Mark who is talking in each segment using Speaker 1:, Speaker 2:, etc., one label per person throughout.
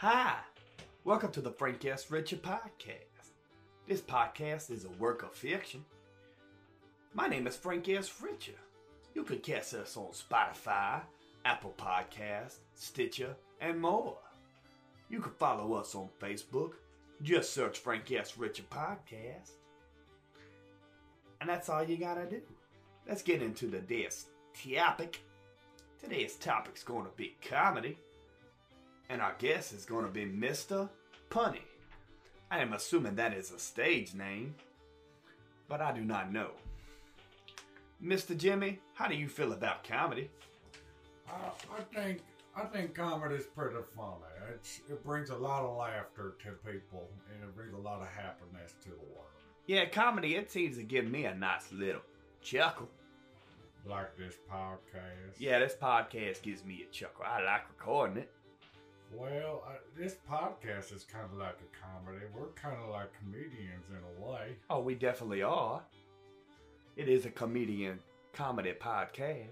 Speaker 1: Hi, welcome to the Frank S. Richard podcast. This podcast is a work of fiction. My name is Frank S. Richard. You can catch us on Spotify, Apple Podcasts, Stitcher, and more. You can follow us on Facebook. Just search Frank S. Richard Podcast. And that's all you gotta do. Let's get into today's topic. Today's topic's gonna be comedy and our guest is going to be Mr. Punny. I am assuming that is a stage name, but I do not know. Mr. Jimmy, how do you feel about comedy?
Speaker 2: Uh, I think I think comedy's pretty funny. It's, it brings a lot of laughter to people, and it brings a lot of happiness to the world.
Speaker 1: Yeah, comedy, it seems to give me a nice little chuckle.
Speaker 2: Like this podcast.
Speaker 1: Yeah, this podcast gives me a chuckle. I like recording it.
Speaker 2: Well, uh, this podcast is kind of like a comedy. We're kind of like comedians in a way.
Speaker 1: Oh, we definitely are. It is a comedian comedy podcast.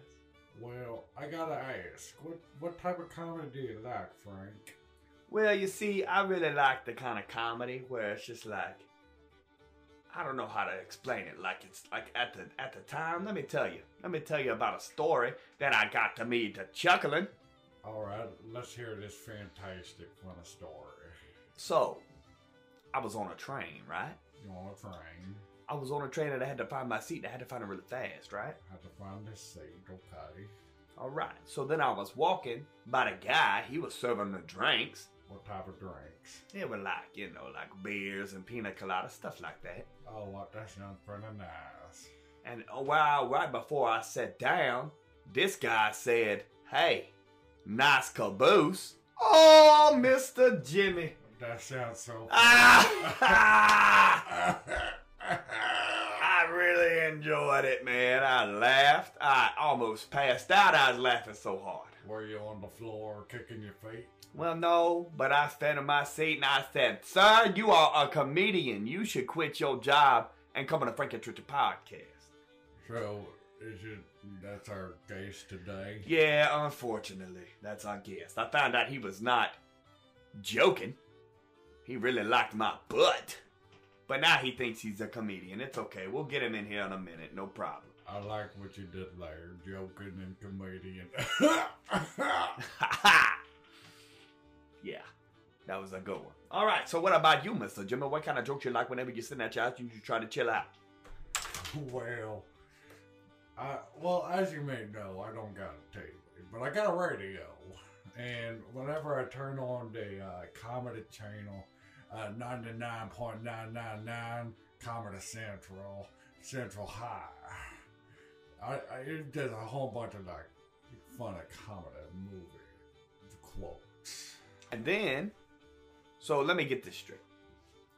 Speaker 2: Well, I gotta ask, what what type of comedy do you like, Frank?
Speaker 1: Well, you see, I really like the kind of comedy where it's just like I don't know how to explain it. Like it's like at the at the time, let me tell you. Let me tell you about a story that I got to me to chuckling.
Speaker 2: All right, let's hear this fantastic funny story.
Speaker 1: So, I was on a train, right?
Speaker 2: You on a train?
Speaker 1: I was on a train and I had to find my seat and I had to find it really fast, right?
Speaker 2: Had to find a seat, okay?
Speaker 1: All right. So then I was walking by the guy, he was serving the drinks.
Speaker 2: What type of drinks?
Speaker 1: They were like, you know, like beers and pina colada, stuff like that.
Speaker 2: Oh, what that sounds pretty nice.
Speaker 1: And oh, wow, right before I sat down, this guy said, Hey, nice caboose. Oh, Mr. Jimmy.
Speaker 2: That sounds so.
Speaker 1: Ah!
Speaker 2: I
Speaker 1: I really enjoyed it, man. I laughed. I almost passed out. I was laughing so hard.
Speaker 2: Were you on the floor kicking your feet?
Speaker 1: Well, no, but I sat in my seat and I said, Sir, you are a comedian. You should quit your job and come on the Frank and Trisha podcast.
Speaker 2: So is it that's our case today?
Speaker 1: Yeah, unfortunately, that's our guest. I found out he was not joking. He really liked my butt. But now he thinks he's a comedian. It's okay. We'll get him in here in a minute. No problem.
Speaker 2: I like what you did there, joking and comedian.
Speaker 1: yeah, that was a good one. All right, so what about you, Mr. Jimmy? What kind of jokes you like whenever you're sitting at your house and you try to chill out?
Speaker 2: well, I well as you may know, I don't got a TV, but I got a radio, and whenever I turn on the uh, comedy channel, uh, ninety nine point nine nine nine Comedy Central, Central High, I, I it does a whole bunch of like funny comedy movie quotes.
Speaker 1: And then, so let me get this straight.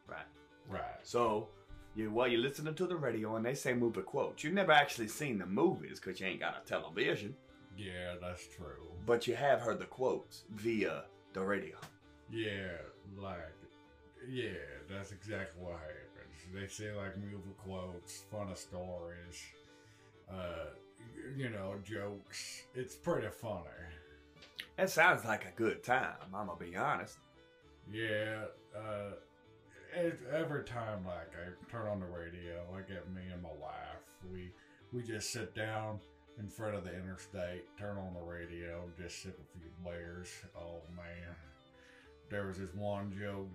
Speaker 1: Right.
Speaker 2: Right.
Speaker 1: So, you while you're listening to the radio and they say movie quotes, you've never actually seen the movies because you ain't got a television,
Speaker 2: Yeah, that's true.
Speaker 1: but you have heard the quotes via the radio.
Speaker 2: Yeah, like, yeah, that's exactly what happens. They say like movie quotes, funny stories, uh, you know, jokes. It's pretty funny.
Speaker 1: That sounds like a good time. I'm gonna be honest.
Speaker 2: Yeah, uh, it, every time like I turn on the radio, I get me and my wife. We we just sit down in front of the interstate, turn on the radio, just sip a few beers. Oh man, there was this one joke,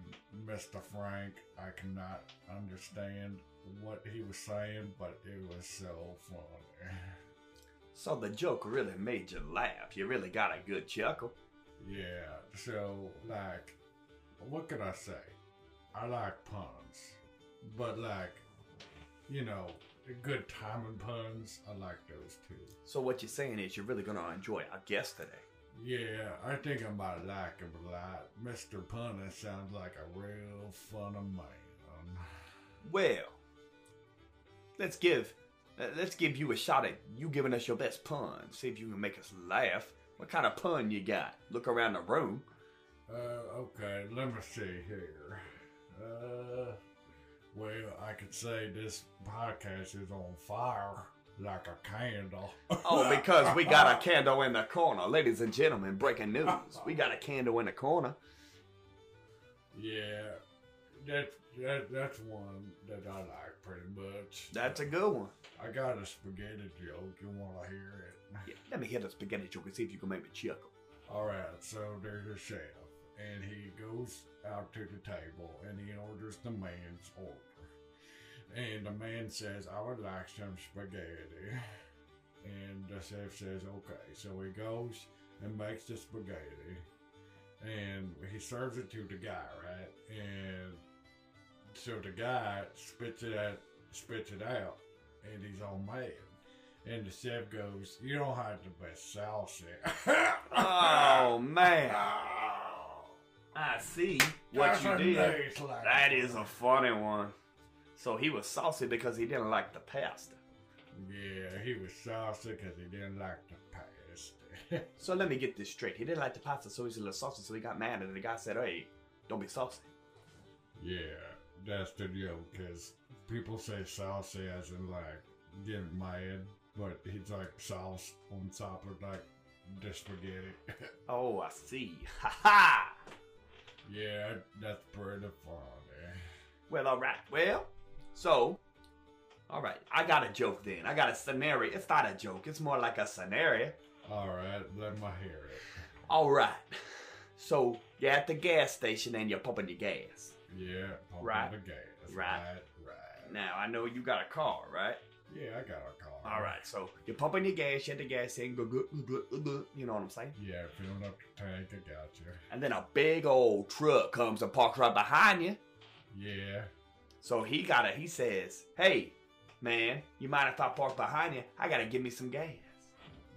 Speaker 2: Mister Frank. I cannot understand what he was saying, but it was so funny.
Speaker 1: So the joke really made you laugh. You really got a good chuckle.
Speaker 2: Yeah, so like, what could I say? I like puns, but like, you know, good timing puns. I like those too.
Speaker 1: So what you're saying is you're really gonna enjoy our guest today.
Speaker 2: Yeah, I think I might like him a lot. Mr. Punner sounds like a real funny man.
Speaker 1: Well, let's give uh, let's give you a shot at you giving us your best pun. See if you can make us laugh. What kind of pun you got? Look around the room.
Speaker 2: Uh, okay, let me see here. Uh, well, I could say this podcast is on fire like a candle.
Speaker 1: Oh, because we got a candle in the corner, ladies and gentlemen. Breaking news: we got a candle in the corner.
Speaker 2: Yeah, that, that that's one that I like pretty much.
Speaker 1: That's a good one.
Speaker 2: I got a spaghetti joke. You want to hear it?
Speaker 1: Yeah, let me hit a spaghetti joke and see if you can make me chuckle.
Speaker 2: All right. So there's a chef, and he goes out to the table and he orders the man's order. And the man says, "I would like some spaghetti." And the chef says, "Okay." So he goes and makes the spaghetti, and he serves it to the guy, right? And so the guy spits it out, spits it out, and he's all mad. And the chef goes, "You don't have the best sauce." there."
Speaker 1: Oh man,
Speaker 2: Oh,
Speaker 1: Ah. I see what
Speaker 2: that's
Speaker 1: you
Speaker 2: a
Speaker 1: did.
Speaker 2: nice laugh.
Speaker 1: That is a funny one. So he was saucy because he didn't like the pasta.
Speaker 2: Yeah, he was saucy because he didn't like the past.
Speaker 1: So let me get this straight. He didn't like the pasta, so he's a little saucy. So he got mad, and the guy said, "Hey, don't be saucy."
Speaker 2: yeah, that's the deal because people say saucy as in like getting mad, but he's like sauce on top of like the spaghetti.
Speaker 1: Oh, I see. Ha ha.
Speaker 2: yeah, that's pretty funny.
Speaker 1: Well, all right. Well, so, all right. I got a joke then. I got a scenario. It's not a joke. It's more like a scenario.
Speaker 2: All right, let me hear it.
Speaker 1: All right. So you're at the gas station and you're pumping your gas.
Speaker 2: Yeah, pump
Speaker 1: Right.
Speaker 2: the gas.
Speaker 1: Right.
Speaker 2: right, right.
Speaker 1: Now I know you got a car, right?
Speaker 2: Yeah, I got a car.
Speaker 1: All right. So you're pumping your gas. You're at the gas station. Go, go, go, go, go, you know what I'm saying?
Speaker 2: Yeah, filling up the tank, I got you.
Speaker 1: And then a big old truck comes and parks right behind you.
Speaker 2: Yeah.
Speaker 1: So he gotta. He says, "Hey, man, you mind if I park behind you? I gotta give me some gas."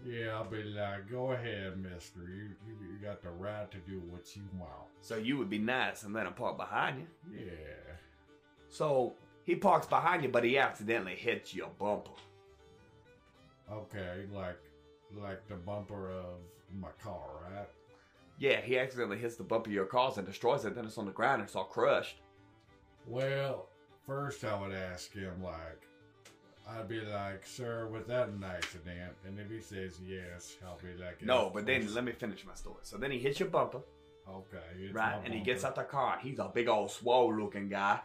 Speaker 2: Yeah, I'll be like, go ahead, mister. You, you, you got the right to do what you want.
Speaker 1: So you would be nice and let him park behind you.
Speaker 2: Yeah.
Speaker 1: So he parks behind you, but he accidentally hits your bumper.
Speaker 2: Okay, like like the bumper of my car, right?
Speaker 1: Yeah, he accidentally hits the bumper of your car and destroys it. Then it's on the ground and it's all crushed.
Speaker 2: Well, first I would ask him, like, I'd be like, sir, was that an accident? And if he says yes, I'll be like,
Speaker 1: No,
Speaker 2: "It's-
Speaker 1: but then
Speaker 2: it's-
Speaker 1: let me finish my story. So then he hits your bumper,
Speaker 2: Okay. it's
Speaker 1: right?
Speaker 2: my
Speaker 1: And he gets
Speaker 2: bumper.
Speaker 1: out the car. and He's a big old swole looking guy,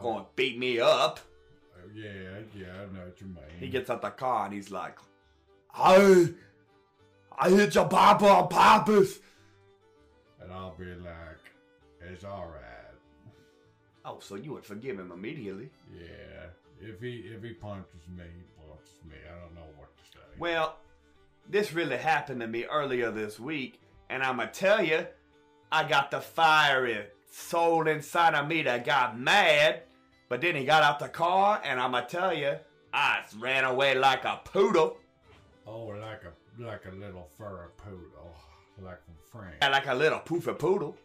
Speaker 1: going
Speaker 2: Oh,
Speaker 1: to beat me up.
Speaker 2: yeah, yeah, I know what you mean.
Speaker 1: He gets out the car and he's like, "Hey, I hit your bumper on purpose."
Speaker 2: And I'll be like, it's all right.
Speaker 1: Oh, so you would forgive him immediately?
Speaker 2: Yeah. If he if he punches me, he punches me. I don't know what to say.
Speaker 1: Well, this really happened to me earlier this week, and I'ma tell you, I got the fiery soul inside of me that got mad, but then he got out the car, and I'ma tell you, I ran away like a poodle,
Speaker 2: oh, like a like a little furry poodle, like from France.
Speaker 1: and like a little poofy poodle.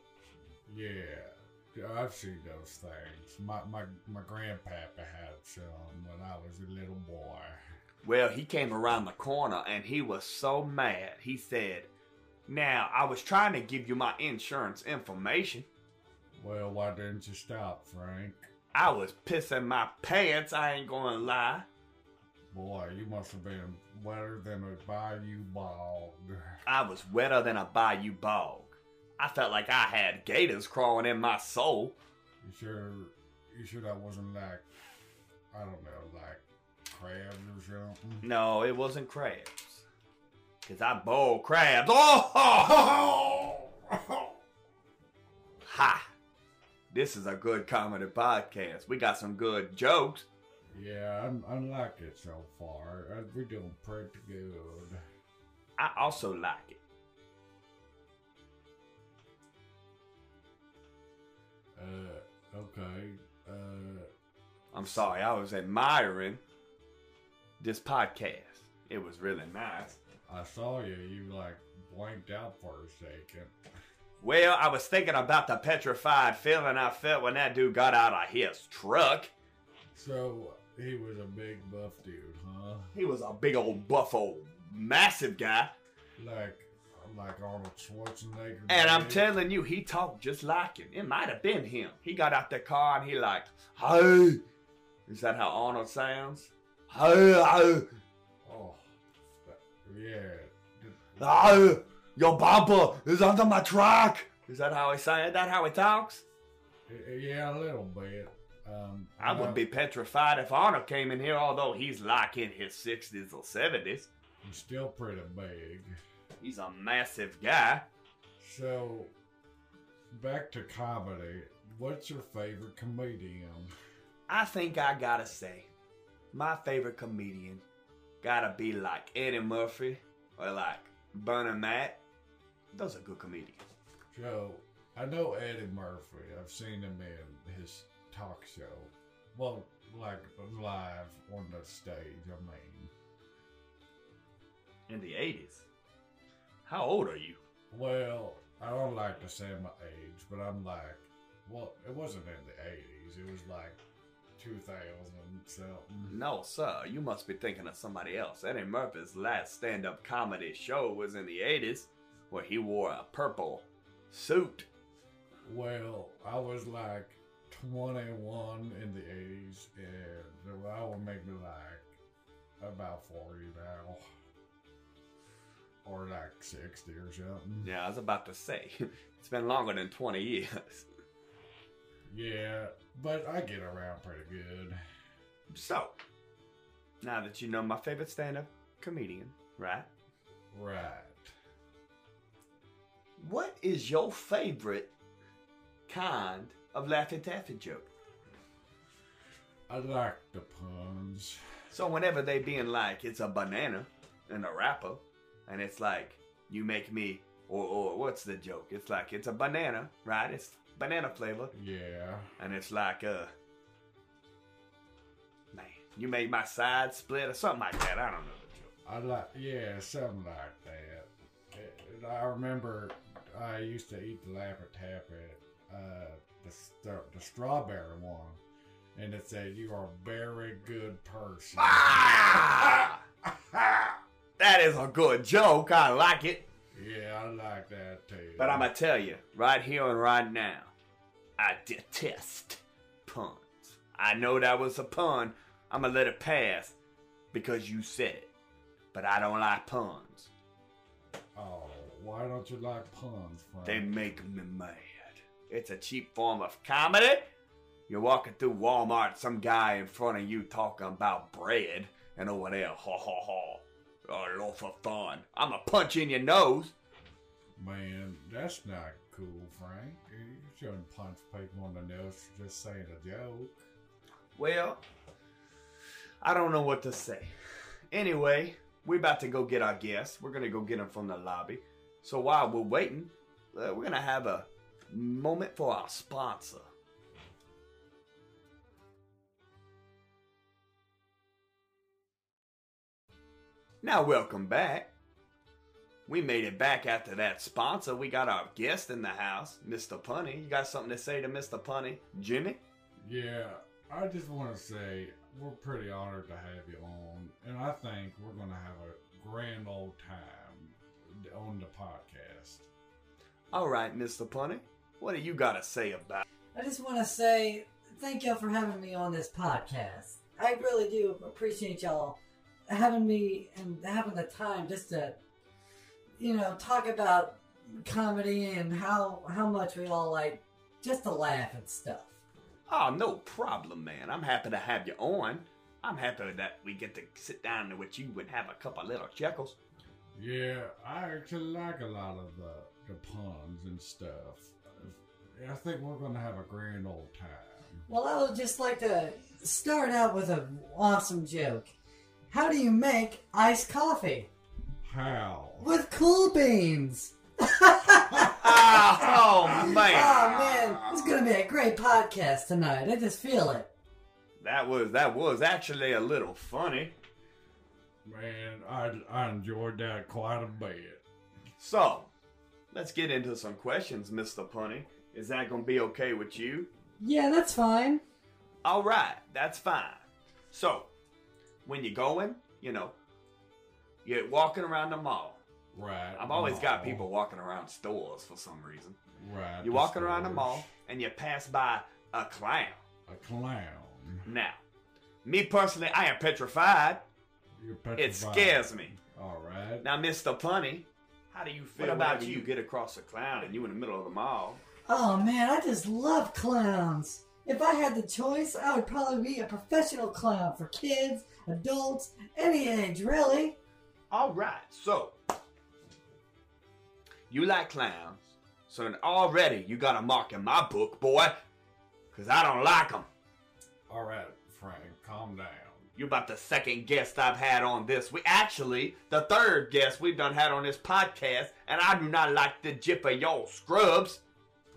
Speaker 2: Yeah, I've seen those things. My my my grandpappy had some when I was a little boy.
Speaker 1: Well, he came around the corner, and he was so mad. He said, "Now I was trying to give you my insurance information."
Speaker 2: Well, why didn't you stop, Frank?
Speaker 1: I was pissing my pants, I ain't gonna lie.
Speaker 2: Boy, you must have been wetter than a bayou bog.
Speaker 1: I was wetter than a bayou bog. I felt like I had gators crawling in my soul.
Speaker 2: You sure? You sure that wasn't like I don't know, like crabs or something?
Speaker 1: No, it wasn't crabs. Cause I boiled crabs. Oh! ho, ho, ho! Ha! This is a good comedy podcast. We got some good jokes.
Speaker 2: Yeah, I'm, I like it so far. Uh, We're doing pretty good.
Speaker 1: I also like it.
Speaker 2: Uh, okay. Uh,
Speaker 1: I'm sorry, I was admiring this podcast. It was really nice.
Speaker 2: I saw you. You like blanked out for a second.
Speaker 1: Well, I was thinking about the petrified feeling I felt when that dude got out of his truck.
Speaker 2: So he was a big buff dude, huh?
Speaker 1: He was a big old buffo, massive guy.
Speaker 2: Like, like Arnold Schwarzenegger.
Speaker 1: And I'm
Speaker 2: did.
Speaker 1: telling you, he talked just like him. It might have been him. He got out the car and he like, hey. Is that how Arnold sounds? Hey, hey,
Speaker 2: Oh, that- yeah.
Speaker 1: hey, your bumper is under my truck. Is that how he sounds? That how he talks?
Speaker 2: Y- Yeah, a little bit. Um,
Speaker 1: I would
Speaker 2: uh,
Speaker 1: be petrified if Arnold came in here, although he's like in his 60s or 70s.
Speaker 2: I'm still pretty big.
Speaker 1: He's a massive guy.
Speaker 2: So, back to comedy. What's your favorite comedian?
Speaker 1: I think I gotta say, my favorite comedian gotta be like Eddie Murphy or like Burnham Matt. Those are good comedians.
Speaker 2: So, I know Eddie Murphy. I've seen him in his talk show. Well, like live on the stage, I mean.
Speaker 1: In the 80s. How old are you?
Speaker 2: Well, I don't like to say my age, but I'm like, well, it wasn't in the 80s. It was like 2000 something.
Speaker 1: No, sir, you must be thinking of somebody else. Eddie Murphy's last stand up comedy show was in the 80s, where he wore a purple suit.
Speaker 2: Well, I was like 21 in the 80s, and I would make me like about 40 now, or like 60 or something.
Speaker 1: Yeah, I was about to say, it's been longer than 20 years.
Speaker 2: Yeah, but I get around pretty good.
Speaker 1: So, now that you know my favorite stand up comedian, right?
Speaker 2: Right.
Speaker 1: What is your favorite kind of Laffy Taffy joke?
Speaker 2: I like the puns.
Speaker 1: So whenever they being like, it's a banana and a wrapper, and it's like, you make me, or, or what's the joke? It's like, it's a banana, right? It's banana flavor,
Speaker 2: Yeah.
Speaker 1: and it's like, uh, man, you make my side split or something like that. I don't know the joke.
Speaker 2: I like, yeah, something like that. And I remember I used to eat the Laffy Taffy, uh, the, the, the strawberry one, and it said, You are a very good person.
Speaker 1: Ah! That is a good joke. I like it.
Speaker 2: yeah, I like that too.
Speaker 1: But I'm going to tell you, right here and right now, I detest puns. I know that was a pun. I'm going to let it pass because you said it. But I don't like puns.
Speaker 2: Oh, why don't you like puns, Frank?
Speaker 1: They make me mad. It's a cheap form of comedy. You're walking through Walmart, some guy in front of you talking about bread, and over there, ha ha ha, a loaf of fun. I'm going to punch you in your nose.
Speaker 2: Man, that's not cool, Frank. You shouldn't punch people on the nose for just saying a joke.
Speaker 1: Well, I don't know what to say. Anyway, we're about to go get our guests. We're going to go get them from the lobby. So while we're waiting, uh, we're going to have a moment for our sponsor. Now, welcome back. We made it back after that sponsor. We got our guest in the house, Mr. Punny. You got something to say to Mr. Punny? Jimmy?
Speaker 2: Yeah, I just want to say we're pretty honored to have you on, and I think we're going to have a grand old time on the podcast.
Speaker 1: All right, Mr. Punny, what do you got to say about
Speaker 3: I just want to say thank y'all for having me on this podcast. I really do appreciate y'all having me and having the time just to, you know, talk about comedy and how how much we all like just to laugh and stuff.
Speaker 1: Oh, no problem, man. I'm happy to have you on. I'm happy that we get to sit down with you and have a couple little chuckles.
Speaker 2: Yeah, I actually like a lot of the, the puns and stuff. I think we're going to have a grand old time.
Speaker 3: Well, I would just like to start out with an awesome joke. How do you make iced coffee
Speaker 2: How?
Speaker 3: with cool beans?
Speaker 1: Oh, man.
Speaker 3: Oh man, it's gonna be a great podcast tonight. I just feel it.
Speaker 1: That was that was actually a little funny.
Speaker 2: Man, I, I enjoyed that quite a bit.
Speaker 1: So, let's get into some questions, Mr. Punny. Is that going to be okay with you?
Speaker 3: Yeah, that's fine.
Speaker 1: All right, that's fine. So, when you're going, you know, you're walking around the mall.
Speaker 2: Right.
Speaker 1: I've always got
Speaker 2: mall.
Speaker 1: people walking around stores for some reason.
Speaker 2: Right.
Speaker 1: You're
Speaker 2: the
Speaker 1: walking around the
Speaker 2: stores.
Speaker 1: mall and you pass by a clown.
Speaker 2: A clown.
Speaker 1: Now, me personally, I am petrified.
Speaker 2: You're
Speaker 1: It
Speaker 2: petrified.
Speaker 1: scares me.
Speaker 2: All right.
Speaker 1: Now, Mr. Punny, how do you feel
Speaker 4: What about
Speaker 1: whenever
Speaker 4: you?
Speaker 1: you get across a clown and you in the middle of the mall?
Speaker 3: Oh man, I just love clowns. If I had the choice, I would probably be a professional clown for kids, adults, any age, really.
Speaker 1: All right, so you like clowns, so then already you got a mark in my book, boy, because I don't like them.
Speaker 2: All right, Frank, calm down.
Speaker 1: You're about the second guest I've had on this. We actually the third guest we've done had on this podcast, and I do not like the jip of y'all scrubs.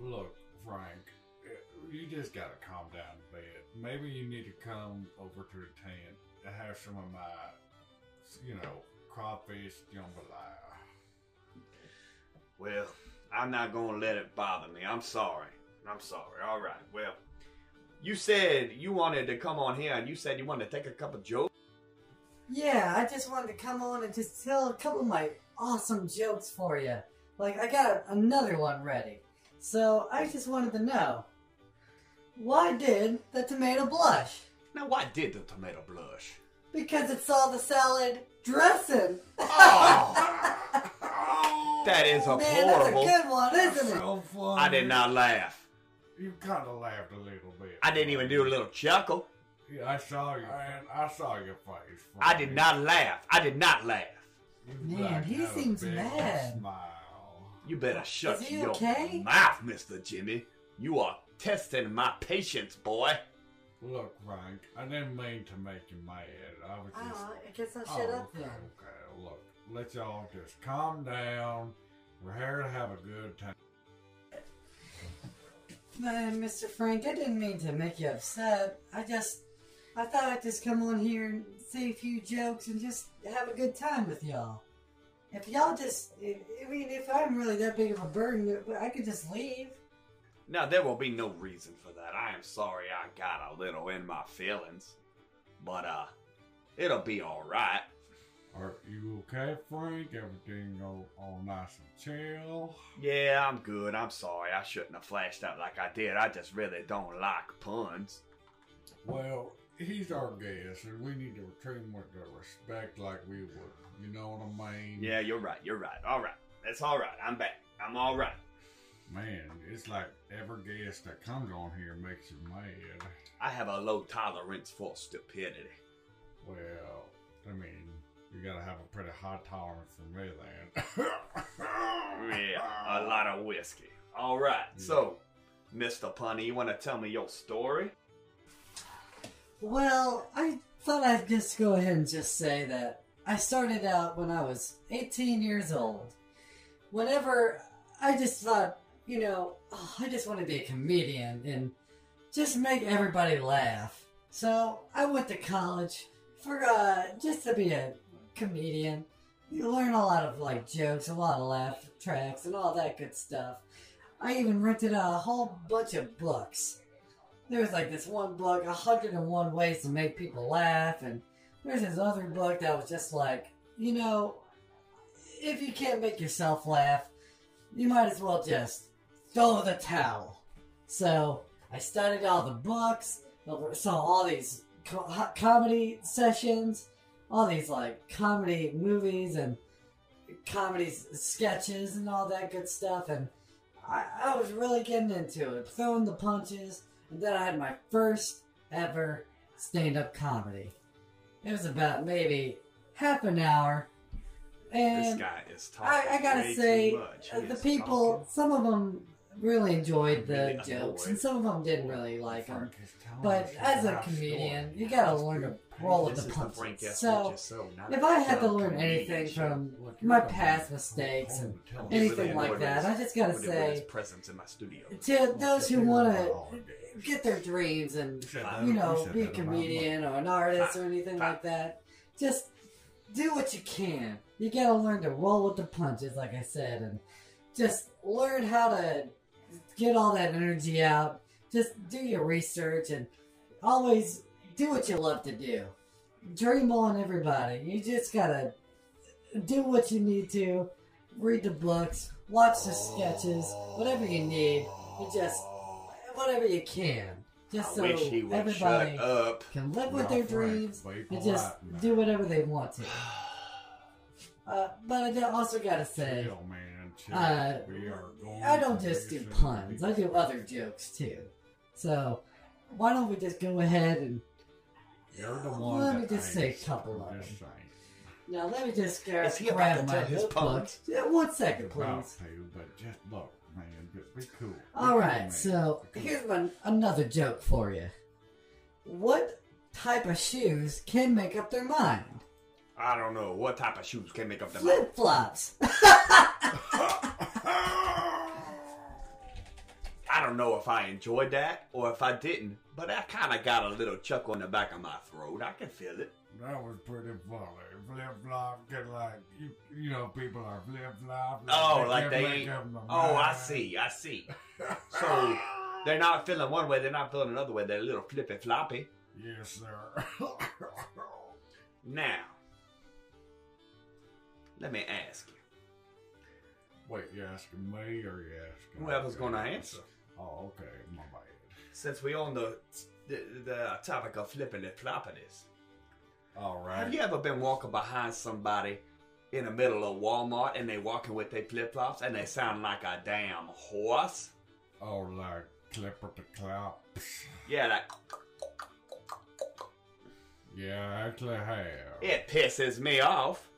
Speaker 2: Look, Frank, eh, you just gotta calm down a bit. Maybe you need to come over to the tent and have some of my, you know, crawfish jambalaya.
Speaker 1: Well, I'm not gonna let it bother me. I'm sorry. I'm sorry. All right. Well, you said you wanted to come on here, and you said you wanted to take a cup of joe.
Speaker 3: Yeah, I just wanted to come on and just tell a couple of my awesome jokes for you. Like, I got another one ready. So, I just wanted to know why did the tomato blush?
Speaker 1: Now, why did the tomato blush?
Speaker 3: Because it saw the salad dressing.
Speaker 1: Oh, that is
Speaker 3: Man,
Speaker 1: horrible.
Speaker 3: that's a good one, isn't it?
Speaker 2: So funny.
Speaker 1: I did not laugh.
Speaker 2: You kind of laughed a little bit.
Speaker 1: I didn't even do a little chuckle.
Speaker 2: Yeah, I saw you, man. I saw your face.
Speaker 1: I did not laugh. I did not laugh.
Speaker 2: You
Speaker 3: Man,
Speaker 2: like,
Speaker 3: he
Speaker 2: had a
Speaker 3: seems
Speaker 2: big
Speaker 3: mad.
Speaker 2: Smile.
Speaker 1: You better
Speaker 3: Is
Speaker 1: shut
Speaker 3: he
Speaker 1: your
Speaker 3: okay?
Speaker 1: mouth, Mr. Jimmy. You are testing my patience, boy.
Speaker 2: Look, Frank, I didn't mean to make you mad. I was
Speaker 3: I don't
Speaker 2: just.
Speaker 3: know, I guess I'll
Speaker 2: Oh,
Speaker 3: shut up
Speaker 2: okay,
Speaker 3: then.
Speaker 2: okay. Look, let y'all just calm down. We're here to have a good time.
Speaker 3: Man, Mr. Frank, I didn't mean to make you upset. I just, I thought I'd just come on here and say a few jokes and just have a good time with y'all. If y'all just, I I mean, if I'm really that big of a burden, I could just leave.
Speaker 1: Now, there will be no reason for that. I am sorry I got a little in my feelings. But, uh, it'll be alright.
Speaker 2: Are you okay, Frank? Everything go all nice and chill?
Speaker 1: Yeah, I'm good. I'm sorry. I shouldn't have flashed out like I did. I just really don't like puns.
Speaker 2: Well, he's our guest, and we need to treat him with the respect like we would. You know what I mean?
Speaker 1: Yeah, you're right. You're right. All right. That's all right. I'm back. I'm all right.
Speaker 2: Man, it's like every guest that comes on here makes you mad.
Speaker 1: I have a low tolerance for stupidity.
Speaker 2: Well, I mean, you gotta have a pretty high tolerance for me then.
Speaker 1: Yeah, a lot of whiskey. All right. So, Mr. Punny, you want to tell me your story?
Speaker 3: Well, I thought I'd just go ahead and just say that I started out when I was 18 years old. Whenever I just thought, you know, oh, I just want to be a comedian and just make everybody laugh. So I went to college for uh, just to be a comedian. You learn a lot of like jokes, a lot of laugh tracks, and all that good stuff. I even rented out a whole bunch of books there's like this one book, 101 Ways to Make People Laugh, and there's this other book that was just like, you know, if you can't make yourself laugh, you might as well just throw the towel. So I studied all the books, saw all these co- ho- comedy sessions, all these like comedy movies and comedy s- sketches and all that good stuff, and I, I was really getting into it, throwing the punches. And then I had my first ever stand up comedy. It was about maybe half an hour.
Speaker 1: This
Speaker 3: And
Speaker 1: guy is talking.
Speaker 3: I, I gotta
Speaker 1: way
Speaker 3: say,
Speaker 1: too much.
Speaker 3: uh,
Speaker 1: He
Speaker 3: the
Speaker 1: is
Speaker 3: people,
Speaker 1: talking.
Speaker 3: some of them really enjoyed the
Speaker 1: Really
Speaker 3: jokes,
Speaker 1: annoyed.
Speaker 3: and some of them didn't really like them. But as a comedian, you gotta learn to roll with
Speaker 1: This
Speaker 3: the
Speaker 1: is
Speaker 3: punches.
Speaker 1: Frank S.
Speaker 3: So,
Speaker 1: Richards, so not
Speaker 3: If I had to
Speaker 1: a
Speaker 3: learn
Speaker 1: comedian,
Speaker 3: anything
Speaker 1: so
Speaker 3: from my past mistakes and anything like that, I just gotta
Speaker 1: wouldn't wear his
Speaker 3: say
Speaker 1: presence in my studio.
Speaker 3: to those who want to get their dreams and you know, be a comedian or an artist or anything
Speaker 1: Fuck.
Speaker 3: like that. Just do what you can. You gotta learn to roll with the punches, like I said, and just learn how to get all that energy out. Just do your research and always do what you love to do. Dream on, everybody. You just gotta do what you need to. Read the books, watch the sketches, whatever you need. You just whatever you can. Just
Speaker 1: I
Speaker 3: so
Speaker 1: wish he would
Speaker 3: everybody
Speaker 1: shut up.
Speaker 3: can live with their dreams and just do whatever they want to. Uh, but I also gotta say,
Speaker 2: man. shit.
Speaker 3: Uh,
Speaker 2: we are going
Speaker 3: I don't
Speaker 2: to
Speaker 3: just do
Speaker 2: Mason.
Speaker 3: puns. I do other jokes too. So why don't we just go ahead and
Speaker 2: You're the one
Speaker 3: Let
Speaker 2: that
Speaker 3: me just
Speaker 2: I
Speaker 3: say a
Speaker 2: just-
Speaker 3: couple
Speaker 2: I'm
Speaker 3: of
Speaker 2: just
Speaker 3: them.
Speaker 2: saying.
Speaker 3: now let me just grab,
Speaker 1: Is he about
Speaker 3: grab
Speaker 1: to
Speaker 3: my
Speaker 1: tell his
Speaker 3: notebook.
Speaker 1: puns?
Speaker 3: Yeah, one second,
Speaker 2: About
Speaker 3: please.
Speaker 2: to, but just look, man. Just be cool. Be
Speaker 3: All
Speaker 2: cool,
Speaker 3: right,
Speaker 2: man.
Speaker 3: so
Speaker 2: Be cool.
Speaker 3: here's one, another joke for you. What type of shoes can make up their mind?
Speaker 1: I don't know what type of shoes can make up the
Speaker 3: Flip flops.
Speaker 1: I don't know if I enjoyed that or if I didn't, but I kind of got a little chuckle in the back of my throat. I can feel it.
Speaker 2: That was pretty funny. Flip flop, get like you, you know, people are flip flop.
Speaker 1: Oh, like they ain't. Oh, I see. I see. So they're not feeling one way. They're not feeling another way. They're a little flippy floppy.
Speaker 2: Yes, sir.
Speaker 1: Now, let me ask you.
Speaker 2: Wait, you asking me or you asking?
Speaker 1: Whoever's gonna
Speaker 2: Okay.
Speaker 1: answer.
Speaker 2: Oh, okay, my bad.
Speaker 1: Since we on the the, the topic of flipping and floppiness,
Speaker 2: All
Speaker 1: have
Speaker 2: right.
Speaker 1: you ever been walking behind somebody in the middle of Walmart and they walking with their flip flops and they sound like a damn horse?
Speaker 2: Oh, like clipper to clout.
Speaker 1: Yeah, like
Speaker 2: Yeah, I actually have.
Speaker 1: it pisses me off.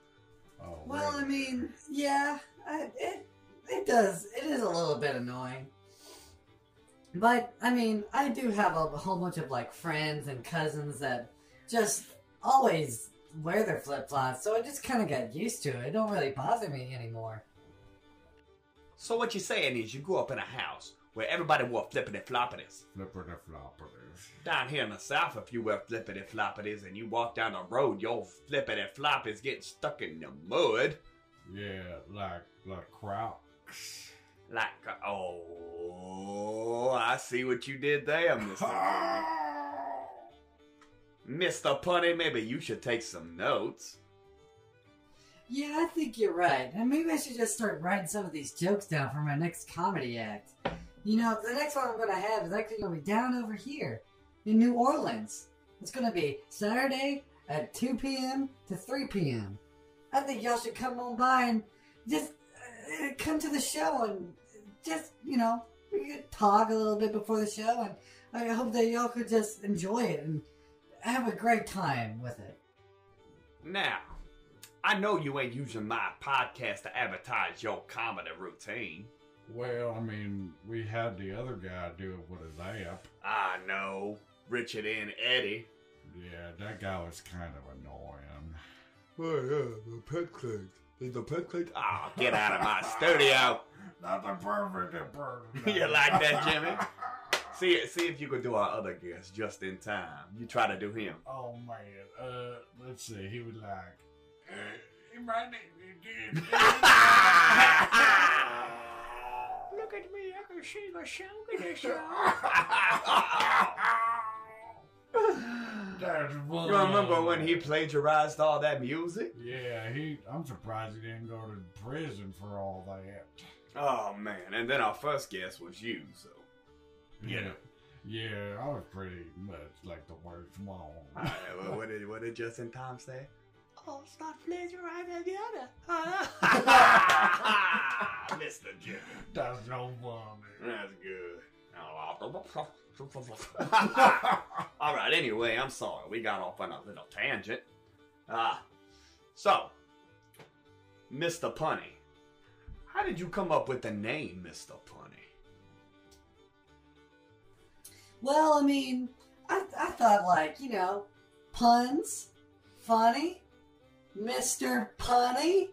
Speaker 2: Oh,
Speaker 3: well, I
Speaker 2: really?
Speaker 3: mean, yeah, I, it it does. It is a little bit annoying. But I mean, I do have a whole bunch of like friends and cousins that just always wear their flip flops, so I just kind of got used to it. It don't really bother me anymore.
Speaker 1: So what you're saying is you grew up in a house where everybody wore flippity floppities.
Speaker 2: flipper to floppers.
Speaker 1: Down here in the south, if you wear flippity floppities and you walk down the road, your flippity flop is getting stuck in the mud.
Speaker 2: Yeah, like like crouch.
Speaker 1: Like, a- oh, I see what you did there, Mr. Mr. Punny. Maybe you should take some notes.
Speaker 3: Yeah, I think you're right. And maybe I should just start writing some of these jokes down for my next comedy act. You know, the next one I'm going to have is actually going to be down over here in New Orleans. It's going to be Saturday at 2 p.m. to 3 p.m. I think y'all should come on by and just uh, come to the show and just, you know, we could talk a little bit before the show. And I hope that y'all could just enjoy it and have a great time with it.
Speaker 1: Now, I know you ain't using my podcast to advertise your comedy routine.
Speaker 2: Well, I mean, we had the other guy do it with his app.
Speaker 1: I know, Richard and Eddie.
Speaker 2: Yeah, that guy was kind of annoying.
Speaker 1: Oh, yeah, the pet click. The pet click. Ah, get out of my studio.
Speaker 2: Not the perfect person.
Speaker 1: You like that, Jimmy? See, see if you could do our other guest just in time. You try to do him.
Speaker 2: Oh man, uh, let's see. He was like, uh, he might need to
Speaker 1: Look at me, I can see the song in the show.
Speaker 2: That's one.
Speaker 1: you remember when he plagiarized all that music?
Speaker 2: Yeah, he. I'm surprised he didn't go to prison for all that.
Speaker 1: Oh man, and then our first guest was you, so.
Speaker 2: Yeah. Yeah, I was pretty much like the worst mom.
Speaker 1: Alright, well, what did what did Justin Tom say? Oh, stop plagiarizing the other. Mr. Jim.
Speaker 2: That's no funny.
Speaker 1: That's good. All right, anyway, I'm sorry. We got off on a little tangent. Ah, so, Mr. Punny, how did you come up with the name Mr. Punny?
Speaker 3: Well, I mean, I, I thought like you know, puns, funny, Mister Punny.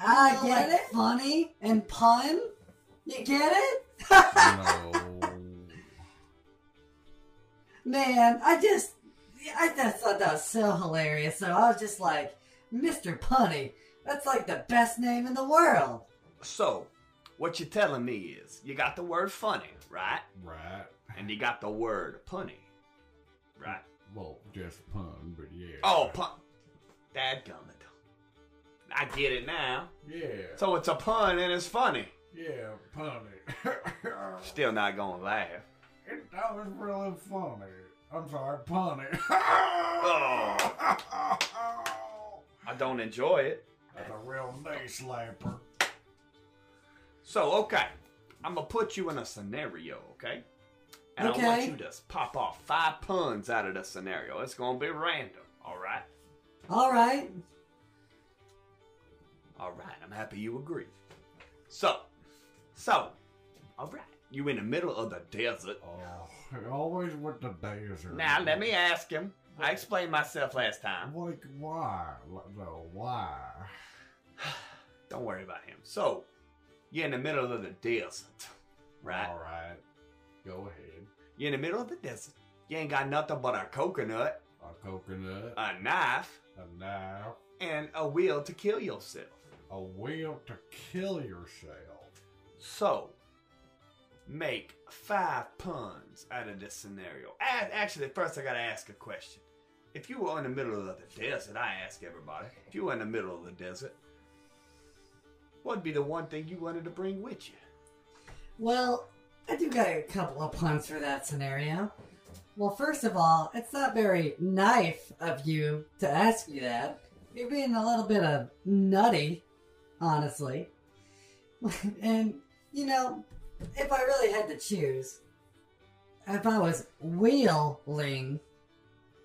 Speaker 3: I
Speaker 4: You
Speaker 3: get
Speaker 4: like
Speaker 3: it. Funny and pun. You get it,
Speaker 2: no.
Speaker 3: man. I just, I just thought that was so hilarious. So I was just like, Mister Punny. That's like the best name in the world.
Speaker 1: So, what you're telling me is you got the word funny, right?
Speaker 2: Right.
Speaker 1: And you got the word punny, right?
Speaker 2: Well, just pun, but yeah.
Speaker 1: Oh, pun. Dadgummit. I get it now.
Speaker 2: Yeah.
Speaker 1: So it's a pun and it's funny.
Speaker 2: Yeah, punny.
Speaker 1: Still not gonna laugh.
Speaker 2: It- that was really funny. I'm sorry, punny.
Speaker 1: Oh. I don't enjoy it.
Speaker 2: That's a real knee slapper.
Speaker 1: So, okay, I'm gonna put you in a scenario, okay? And I want
Speaker 3: Okay.
Speaker 1: you to pop off five puns out of the scenario. It's gonna be random, all right?
Speaker 3: All right.
Speaker 1: All right, I'm happy you agree. So, so, all right, you in the middle of the desert.
Speaker 2: Oh, I always with the desert.
Speaker 1: Now, let me ask him. I explained myself last time.
Speaker 2: Like, why? Like, No, why?
Speaker 1: Don't worry about him. So, you're in the middle of the desert, right?
Speaker 2: All right. Go ahead.
Speaker 1: You're in the middle of the desert. You ain't got nothing but a coconut,
Speaker 2: A coconut,
Speaker 1: a knife,
Speaker 2: a knife,
Speaker 1: and a will to kill yourself.
Speaker 2: a will to kill yourself.
Speaker 1: So, make five puns out of this scenario. A- Actually, first I gotta ask a question. If you were in the middle of the desert, I ask everybody, if you were in the middle of the desert, what'd be the one thing you wanted to bring with you?
Speaker 3: Well, I do got a couple of puns for that scenario. Well, first of all, it's not very knife of you to ask me that. You're being a little bit of nutty, honestly. and, you know, if I really had to choose, if I was wheeling,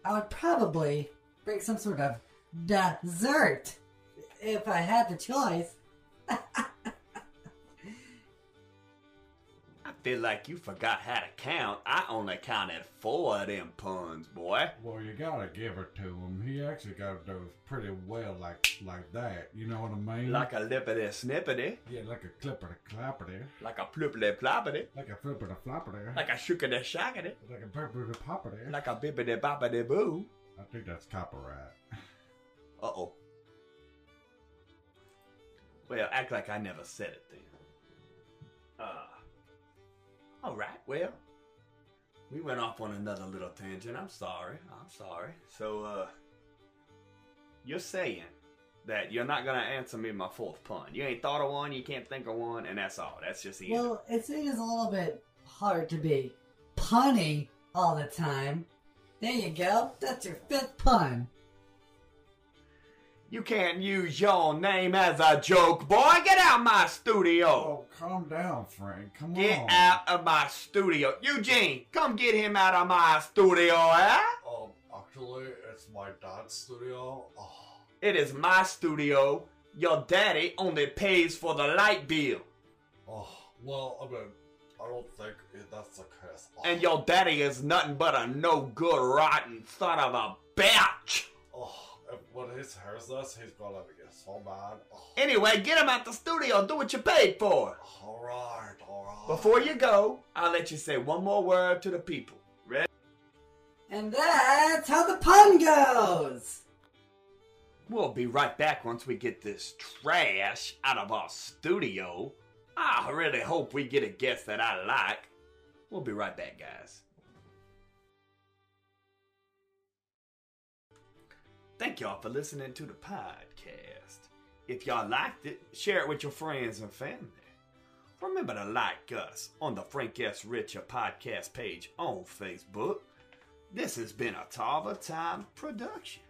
Speaker 3: I would probably bring some sort of dessert if I had the choice.
Speaker 1: I feel like you forgot how to count. I only counted four of them puns, boy.
Speaker 2: Well, you gotta give it to him. He actually got those pretty well, like like that. You know what I mean?
Speaker 1: Like a lippity snippity,
Speaker 2: yeah, like a clippity clappity,
Speaker 1: like a plippity ploppity,
Speaker 2: like a flippity floppity,
Speaker 1: like a shookity shockity,
Speaker 2: like a purplity poppity.
Speaker 1: like a bippity boppity boo.
Speaker 2: I think that's copyright.
Speaker 1: Uh oh. Well, act like I never said it then. Uh. All right. Well, we went off on another little tangent. I'm sorry. I'm sorry. So, uh, you're saying that you're not gonna answer me my fourth pun. You ain't thought of one. You can't think of one, and that's all. That's just the end.
Speaker 3: Well, it's it is a little bit hard to be punny all the time. There you go. That's your fifth pun.
Speaker 1: You can't use your name as a joke, boy. Get out my studio.
Speaker 2: Oh, calm down, Frank. Come
Speaker 1: Get
Speaker 2: on.
Speaker 1: out of my studio. Eugene, come get him out of my studio, eh?
Speaker 2: Um, actually, it's my dad's studio. Oh,
Speaker 1: It is my studio. Your daddy only pays for the light bill.
Speaker 2: oh. Well, I mean, I don't think that's the case.
Speaker 1: And your daddy is nothing but a no good, rotten son of a bitch.
Speaker 2: Oh, when he hears this, he's gonna get so mad. Oh,
Speaker 1: Anyway, get him out the studio and do what you paid for.
Speaker 2: all right, all right.
Speaker 1: Before you go, I'll let you say one more word to the people. Ready?
Speaker 3: And that's how the pun goes.
Speaker 1: We'll be right back once we get this trash out of our studio. I really hope we get a guest that I like. We'll be right back, guys. Thank y'all for listening to the podcast. If y'all liked it, share it with your friends and family. Remember to like us on the Frank S. Richer podcast page on Facebook. This has been a Tava Time production.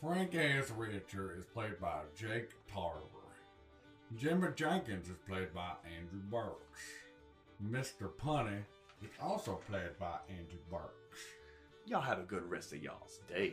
Speaker 2: Frank Ass Richard is played by Jake Tarver. Jimmy Jenkins is played by Andrew Burks. Mr. Punny is also played by Andrew Burks.
Speaker 1: Y'all have a good rest of y'all's day.